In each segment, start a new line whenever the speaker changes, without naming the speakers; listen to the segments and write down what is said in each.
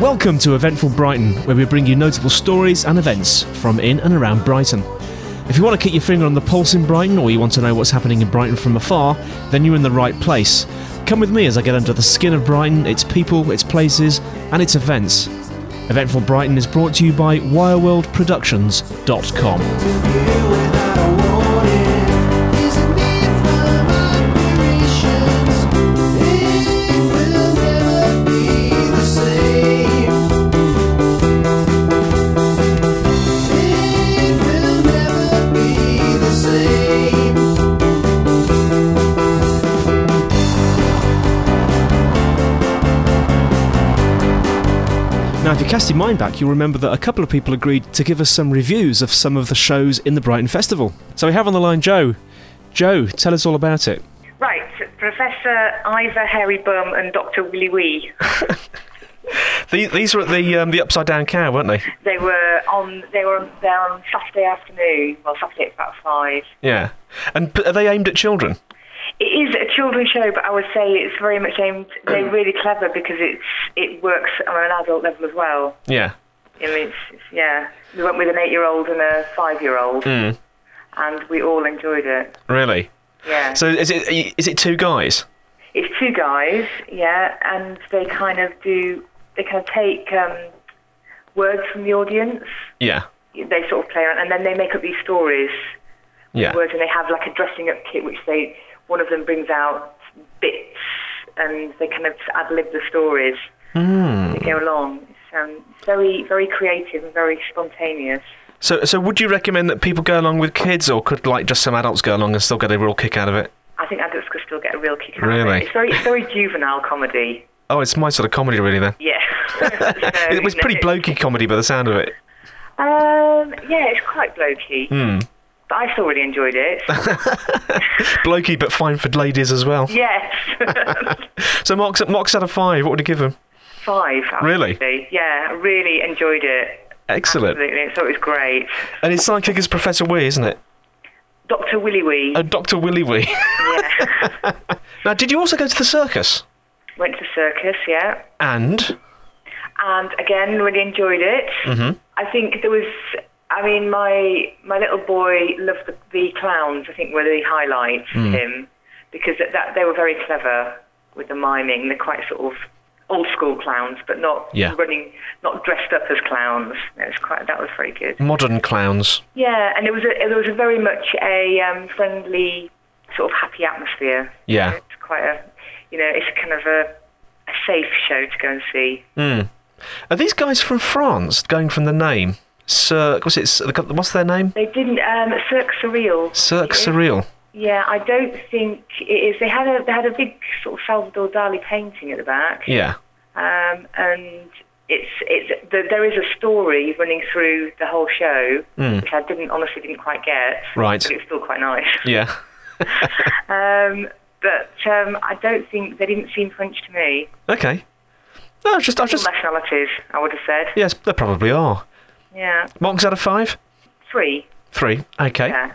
Welcome to Eventful Brighton, where we bring you notable stories and events from in and around Brighton. If you want to keep your finger on the pulse in Brighton or you want to know what's happening in Brighton from afar, then you're in the right place. Come with me as I get under the skin of Brighton, its people, its places, and its events. Eventful Brighton is brought to you by wireworldproductions.com. Now, if you cast your mind back, you'll remember that a couple of people agreed to give us some reviews of some of the shows in the Brighton Festival. So we have on the line Joe. Joe, tell us all about it.
Right, Professor Ivor Harry Bum and Dr. Willie Wee.
The, these were at the um, the Upside Down Cow, weren't they?
They were on. They were on, there on Saturday afternoon. Well, Saturday at about five.
Yeah. And p- are they aimed at children?
It is a children's show, but I would say it's very much aimed. They're really clever because it's it works on an adult level as well.
Yeah.
I mean, it's, it's, yeah. We went with an eight-year-old and a five-year-old, and we all enjoyed it.
Really.
Yeah.
So is it is it two guys?
it's two guys, yeah, and they kind of do. They kind of take um, words from the audience.
Yeah.
They sort of play around, and then they make up these stories.
Yeah.
words and they have like a dressing up kit which they one of them brings out bits and they kind of ad lib the stories
Hmm.
as they go along. It's um, very very creative and very spontaneous.
So so would you recommend that people go along with kids, or could like just some adults go along and still get a real kick out of it?
I think adults could still get a real kick out of
Really?
it. It's very it's very juvenile comedy.
Oh, it's my sort of comedy, really. Then
Yeah. So,
it was pretty blokey comedy by the sound of it.
Um, yeah, it's quite blokey.
Hmm.
But I still really enjoyed it.
Blokey, but fine for ladies as well.
yes.
So Mark's Mark's out of five. What would you give him?
Five.
Really?
absolutely. Yeah, I really enjoyed it.
Excellent.
Absolutely. So it was great.
And his sidekick is Professor Wee, isn't it?
Dr. Willy Wee.
Uh, Doctor Willy Wee.
yeah.
now, did you also go to the circus?
Went to the circus, yeah,
And
and again really enjoyed it. Mm-hmm. I think there was, I mean, my my little boy loved the, the clowns. I think were the highlight for
Mm.
him because that, that they were very clever with the miming. They're quite sort of old school clowns, but not
Yeah.
running, not dressed up as clowns. It was quite that was very good.
modern clowns.
Yeah, and it was a, it was a very much a um, friendly sort of happy atmosphere.
Yeah.
it's quite a, you know, it's kind of a, a safe show to go and see.
Are these guys from France? Going from the name Cirque? What's it? What's their name?
They didn't um, Cirque Surreal.
Cirque Surreal.
Yeah, I don't think it is. They had a they had a big sort of Salvador Dali painting at the back,
Yeah.
um, and it's it's the, there is a story running through the whole show, which I didn't honestly didn't quite get.
Hmm. Right.
but it's still quite nice.
Yeah.
Um, but um, I don't think they didn't seem French to me.
Okay. No, I was just, I was
All
just.
nationalities, I would have said.
Yes, there probably are.
Yeah,
Marks out of five.
three.
Three. Okay.
Yeah.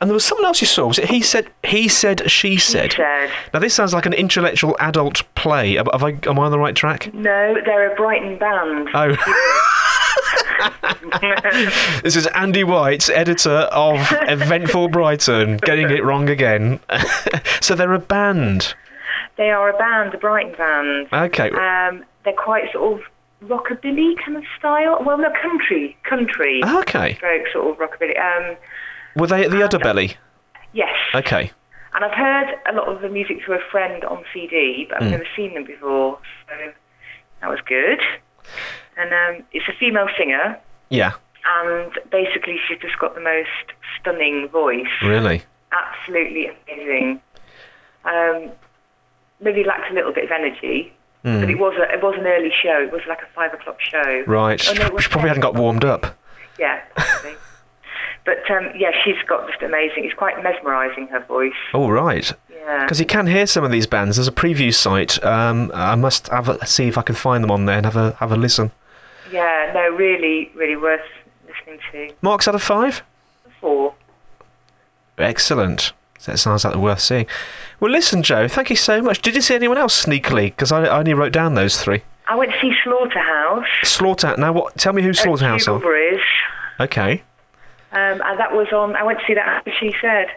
And there was someone else you saw. Was it he said? He said. She said.
said.
Now this sounds like an intellectual adult play. Am, have I, am I on the right track?
No, they're a Brighton band.
Oh. this is Andy White, editor of Eventful Brighton, getting it wrong again. so they're a band.
They are a band, a Brighton band.
Okay.
Um, they're quite sort of rockabilly kind of style. Well, no, country, country
Okay.
stroke sort of rockabilly. Um,
Were they at the Udderbelly?
yes,
Okay.
and I've heard a lot of the music through a friend on CD, but I've never seen them before, so that was good. And um, it's a female singer,
Yeah.
and basically she's just got the most stunning voice.
Really.
absolutely amazing. Um, maybe lacked a little bit of energy,
Hmm.
but it was a, it was an early show. It was like a five o'clock show.
Right.
Oh,
She,
no, it was
she probably
ten.
hadn't got warmed up.
Yeah. probably. but um, yeah, she's got just amazing. It's quite mesmerising her voice.
All right.
Yeah.
Because you can hear some of these bands. There's a preview site. Um, I must have a, see if I can find them on there and have a have a listen.
Yeah. No, really, really worth listening to.
Marks out of five.
Four.
Excellent. That sounds like they're worth seeing. Well, listen, Joe, thank you so much. Did you see anyone else sneakily? Because I, I only wrote down those three.
I went to see Slaughterhouse.
Slaughter. Now, what? Tell me who
at
Slaughterhouse are.
Dewsbury's,
Okay.
Um, and that was on. I went to see that. as She said.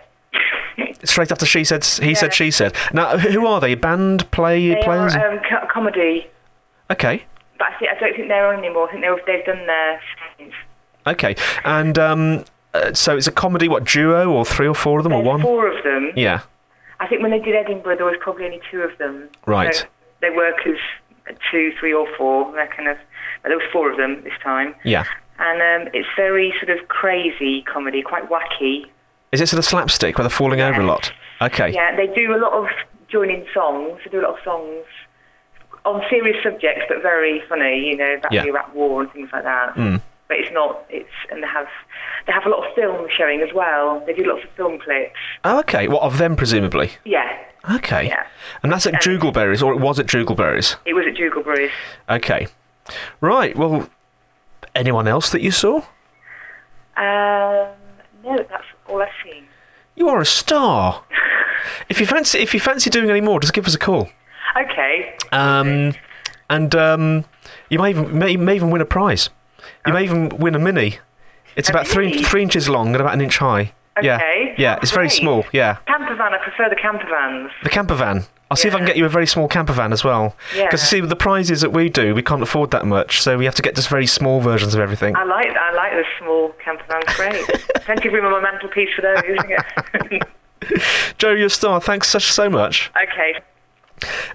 Straight after she said, he said, she said. Now, who who are they? Band, play,
They
players?
are um, co- comedy,
okay.
but I, think, I don't think they're on anymore. I think they've they've done their scenes.
Okay. And um, uh, so it's a comedy, what, duo or three or four of them or
There's
one?
four of them.
Yeah.
I think when they did Edinburgh, there was probably only two of them.
Right.
So they work as two, three, or four. That kind of. But there was four of them this time.
Yeah.
And um, it's very sort of crazy comedy, quite wacky.
Is it sort of slapstick where they're falling over a lot? Okay.
Yeah, they do a lot of joining songs. They do a lot of songs on serious subjects, but very funny. You know, about
Yeah. Mm.
the Iraq War and things like that. But it's not. It's and they have they have a lot of film showing as well. They do lots of film clips.
Oh, okay. What, of them, presumably?
Yeah,
Okay.
Yeah.
And that's at Jugleberries, or it was at Jugleberries.
it was at Jugleberry's.
Okay. Right. Well, anyone else that you saw?
Um, no, that's all I've seen.
You are a star. if you fancy, if you fancy doing any more, just give us a call.
Okay.
Um, and um, you may even may, may even win a prize. You may even win a mini. It's
A
about three
mini?
three inches long and about an inch high. Yeah.
Okay,
Yeah. It's very
great.
small. Yeah.
Camper van. I prefer the camper vans.
The camper van. I'll see if I can
Yeah.
get you a very small camper van as well.
Yeah.
Because you see, with the prizes that we do, we can't afford that much, so we have to get just very small versions of everything.
I like I like the small camper vans. Great. Plenty of room on my mantelpiece for those, isn't it?
Joe, you're a star. Thanks so, so much.
okay.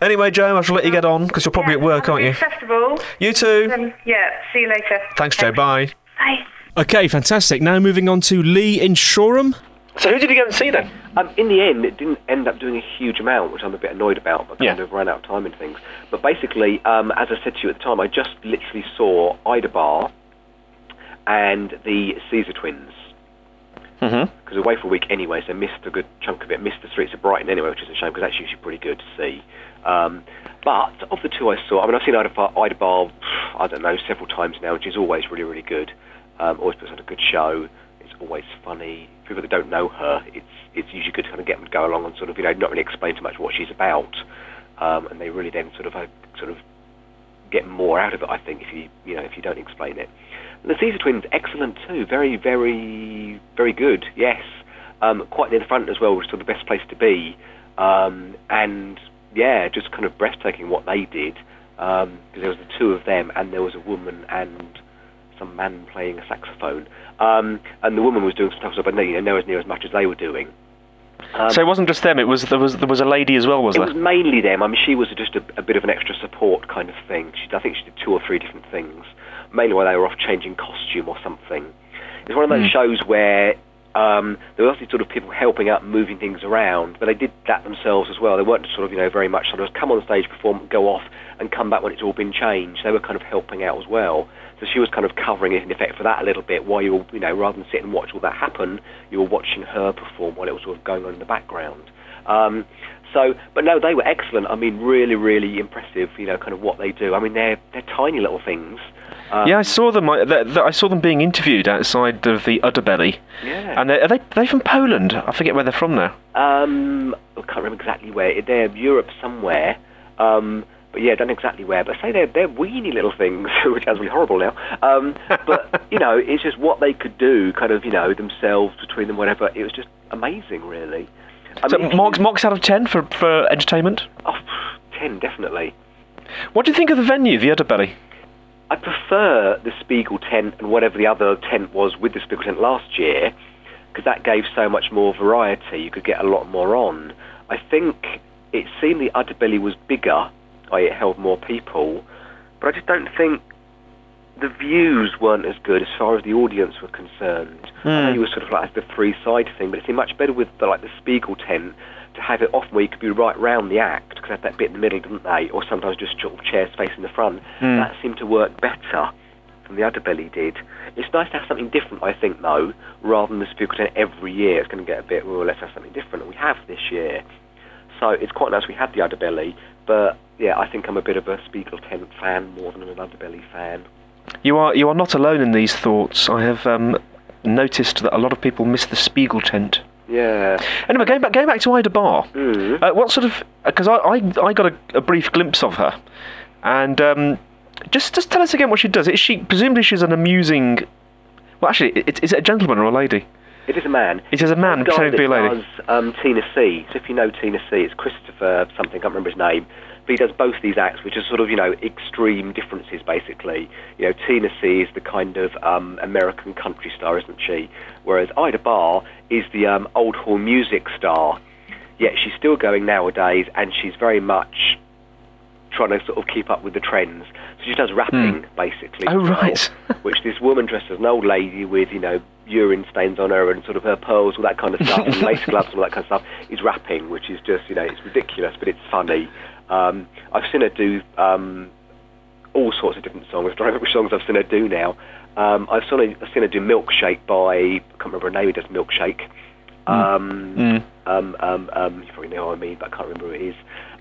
Anyway, Joe, I shall let you get on because you're probably at
Um, Yeah,
work,
have a
aren't you?
good Festival.
You too.
Um, yeah. See you later.
Thanks, Joe. Bye.
Bye.
Okay, fantastic. Now moving on to Lee in Shoreham. So who did you go and see then?
Um, in the end, it didn't end up doing a huge amount, which I'm a bit annoyed about, but kind
Yeah.
of ran out of time and things. But basically, um, as I said to you at the time, I just literally saw Ida Bar and the Caesar Twins. Because away for a week anyway, so missed a good chunk of it. Missed the Streets of Brighton anyway, which is a shame because that's usually pretty good to see. Um, but of the two I saw, I mean, I've seen Ida Bar, Ida Bar I don't know, several times now, which is always really, really good. Um, always puts on a good show. It's always funny. For people that don't know her, it's it's usually good to kind of get them to go along and sort of you know not really explain too much what she's about, um, and they really then sort of uh, sort of get more out of it. I think if you you know if you don't explain it. The Caesar twins, excellent too. Very very very good. Yes, um, quite near the front as well, which is sort of the best place to be. Um, and yeah, just kind of breathtaking what they did because there was the two of them and there was a woman and some man playing a saxophone. Um, and the woman was doing some stuff, but no, you know, nowhere near as much as they were doing. Um,
So it wasn't just them. It was there was there was a lady as well, was
It
there?
was mainly them. I mean, she was just a, a bit of an extra support kind of thing. She, I think she did two or three different things, mainly while they were off changing costume or something. It's one of those shows where um, there were lots of sort of people helping out, moving things around, but they did that themselves as well. They weren't sort of you know very much sort of come on stage, perform, go off, and come back when it's all been changed. They were kind of helping out as well. So she was kind of covering it in effect for that a little bit while you were, you know, rather than sit and watch all that happen, you were watching her perform while it was sort of going on in the background. Um, so, but no, they were excellent. I mean, really, really impressive. You know, kind of what they do. I mean, they're they're tiny little things. Um,
Yeah, I saw them. I, th th I saw them being interviewed outside of the Udderbelly.
Yeah.
And they, are they they from Poland? I forget where they're from now.
Um, I can't remember exactly where. They're Europe somewhere. Um, but yeah, don't know exactly where. But say they're they're weeny little things, which sounds really horrible now. Um, but you know, it's just what they could do, kind of you know themselves between them, whatever. It was just amazing, really. I
So
mean, if you-
marks marks out of ten for for entertainment.
oh, ten definitely.
What do you think of the venue, the Udderbelly?
I prefer the Spiegel tent and whatever the other tent was with the Spiegel tent last year because that gave so much more variety. You could get a lot more on. I think it seemed the Udderbelly was bigger, i.e., it held more people, but I just don't think the views weren't as good as far as the audience were concerned. I know you were sort of like the three side thing, but it seemed much better with the, like the Spiegel tent to have it off where you could be right round the act because they had that bit in the middle, didn't they? Or sometimes just sort of chairs facing the front. That seemed to work better than the Udderbelly did. It's nice to have something different, I think, though, rather than the Spiegel tent every year. It's going to get a bit, well, let's have something different, and we have this year. So it's quite nice we had the Udderbelly, but yeah, I think I'm a bit of a Spiegel tent fan more than an Udderbelly fan.
You are you are not alone in these thoughts. I have um, noticed that a lot of people miss the Spiegel tent.
Yeah.
Anyway, going back, going back to Ida Bar, uh, what sort of? Because I, I, I got a, a brief glimpse of her, and um, just just tell us again what she does. Is she presumably she's an amusing? Well, actually, i- it, is it a gentleman or a lady?
It is a man.
It is a man
The guy
pretending to be a
that
lady.
Does, um, Tina C. So if you know Tina C, it's Christopher something. Can't remember his name. But he does both these acts, which are sort of you know extreme differences. Basically, you know Tina C is the kind of um, American country star, isn't she? Whereas Ida Barr is the um, old hall music star. Yet she's still going nowadays, and she's very much trying to sort of keep up with the trends. So she does rapping, basically.
Oh,
now,
right.
which this woman dressed as an old lady with, you know, urine stains on her and sort of her pearls, all that kind of stuff, and lace gloves and all that kind of stuff, is rapping, which is just, you know, it's ridiculous, but it's funny. Um, I've seen her do um, all sorts of different songs. I don't remember which songs I've seen her do now. Um, I've, seen her, I've seen her do Milkshake by, I can't remember her name, who does Milkshake. Um, um, um, um, you probably know what I mean, but I can't remember who it is.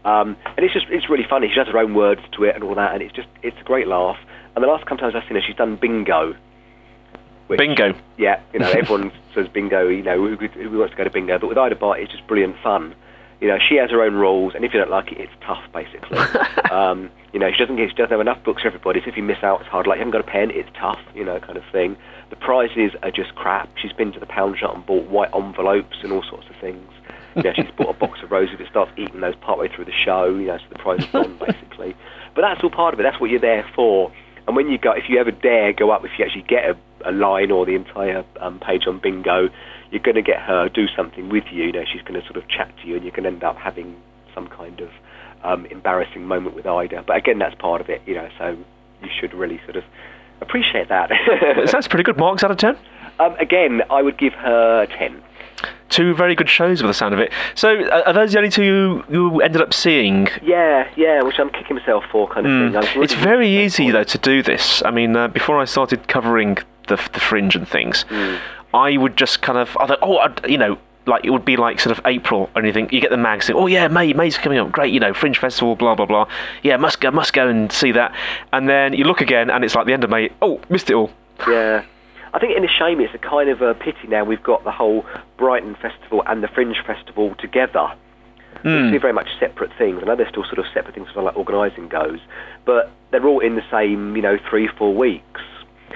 Um, and it's just it's really funny. She has her own words to it and all that, and it's just it's a great laugh. And the last couple times I've seen her, she's done bingo. which-
Bingo.
Yeah, you know everyone says bingo. You know who, who wants to go to bingo? But with Ida Bart, it's just brilliant fun. You know she has her own rules, and if you don't like it, it's tough basically. um, you know she doesn't get she doesn't have enough books for everybody. So if you miss out, it's hard. Like you haven't got a pen, it's tough. You know kind of thing. The prizes are just crap. She's been to the pound shop and bought white envelopes and all sorts of things. You know, she's bought a box of roses, but starts eating those partway through the show. You know, so the prize is gone basically. But that's all part of it. That's what you're there for. And when you go, if you ever dare go up, if you actually get a, a line or the entire um, page on bingo, you're going to get her do something with you. You know, she's going to sort of chat to you, and you're going to end up having some kind of um, embarrassing moment with Ida. But again, that's part of it. You know, so you should really sort of appreciate that.
That sounds pretty good. Marks out of ten.
um, again, I would give her ten.
Two very good shows by the sound of it. So, uh, are those the only two you, you ended up seeing?
Yeah, yeah, which I'm kicking myself for, kind of thing. I was really
Hmm. It's very easy though to do this. I mean, uh, before I started covering the the fringe and things,
Mm.
I would just kind of I thought, oh, I'd, you know, like it would be like sort of April and you think you get the mag saying, oh yeah, May May's coming up, great, you know, fringe festival, blah blah blah. Yeah, must go, must go and see that. And then you look again and it's like the end of May. Oh, missed it all.
Yeah. I think in a shame it's a kind of a pity now we've got the whole Brighton Festival and the Fringe Festival together. They're very much separate things. I know they're still sort of separate things as far as like organising goes, but they're all in the same, you know, three, four weeks.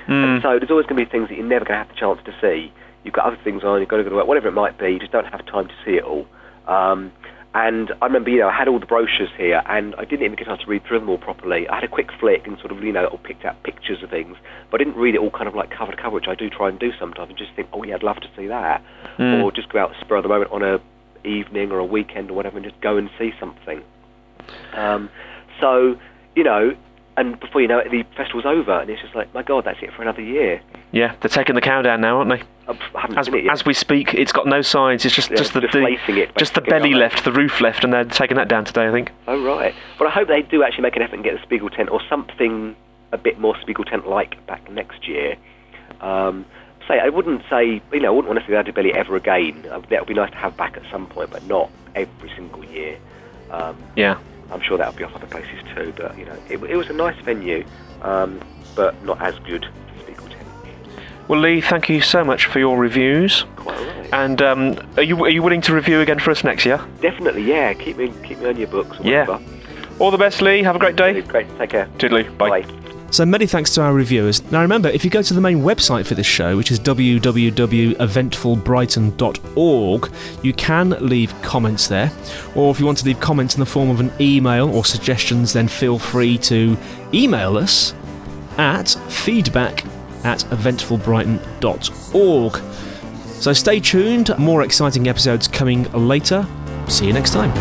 And so there's always going to be things that you're never going to have the chance to see. You've got other things on, you've got to go to work, whatever it might be, you just don't have time to see it all. Um, and I remember, you know, I had all the brochures here, and I didn't even get a chance to read through them all properly. I had a quick flick and sort of, you know, all picked out pictures of things, but I didn't read it all kind of like cover to cover, which I do try and do sometimes, and just think, oh yeah, I'd love to see that, or just go out spur of the moment on a evening or a weekend or whatever, and just go and see something. Um, so, you know, and before you know it, the festival's over, and it's just like, my God, that's it for another year.
Yeah, they're taking the cow down now, aren't they?
I I haven't
As,
seen it yet.
as we speak, it's got no sides. It's just
Yeah,
just the,
deflating
the
it,
just the
basically,
belly
aren't they?
left, the roof left, and they're taking that down today. I think.
oh, right. But I hope they do actually make an effort and get the Spiegel tent or something a bit more Spiegel tent like back next year. Um, say, I wouldn't say, you know, I wouldn't want to see the Addy Belly ever again. Uh, That would be nice to have back at some point, but not every single year. Um,
Yeah.
I'm sure that'll be off other places too, but, you know, it, it was a nice venue, um, but not as good as Spiegel tent.
Well, Lee, thank you so much for your reviews.
Quite right.
And um, are you are you willing to review again for us next year?
Definitely, yeah. Keep me, keep me on your books. Or
Yeah.
whatever.
All the best, Lee. Have a great day.
Great. Take care.
Toodaloo. Bye.
Bye.
So many thanks to our reviewers. Now remember, if you go to the main website for this show, which is www.eventfulbrighton.org, you can leave comments there. Or if you want to leave comments in the form of an email or suggestions, then feel free to email us at feedback at eventfulbrighton.org. So stay tuned, more exciting episodes coming later. See you next time.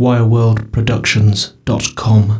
wireworldproductions.com.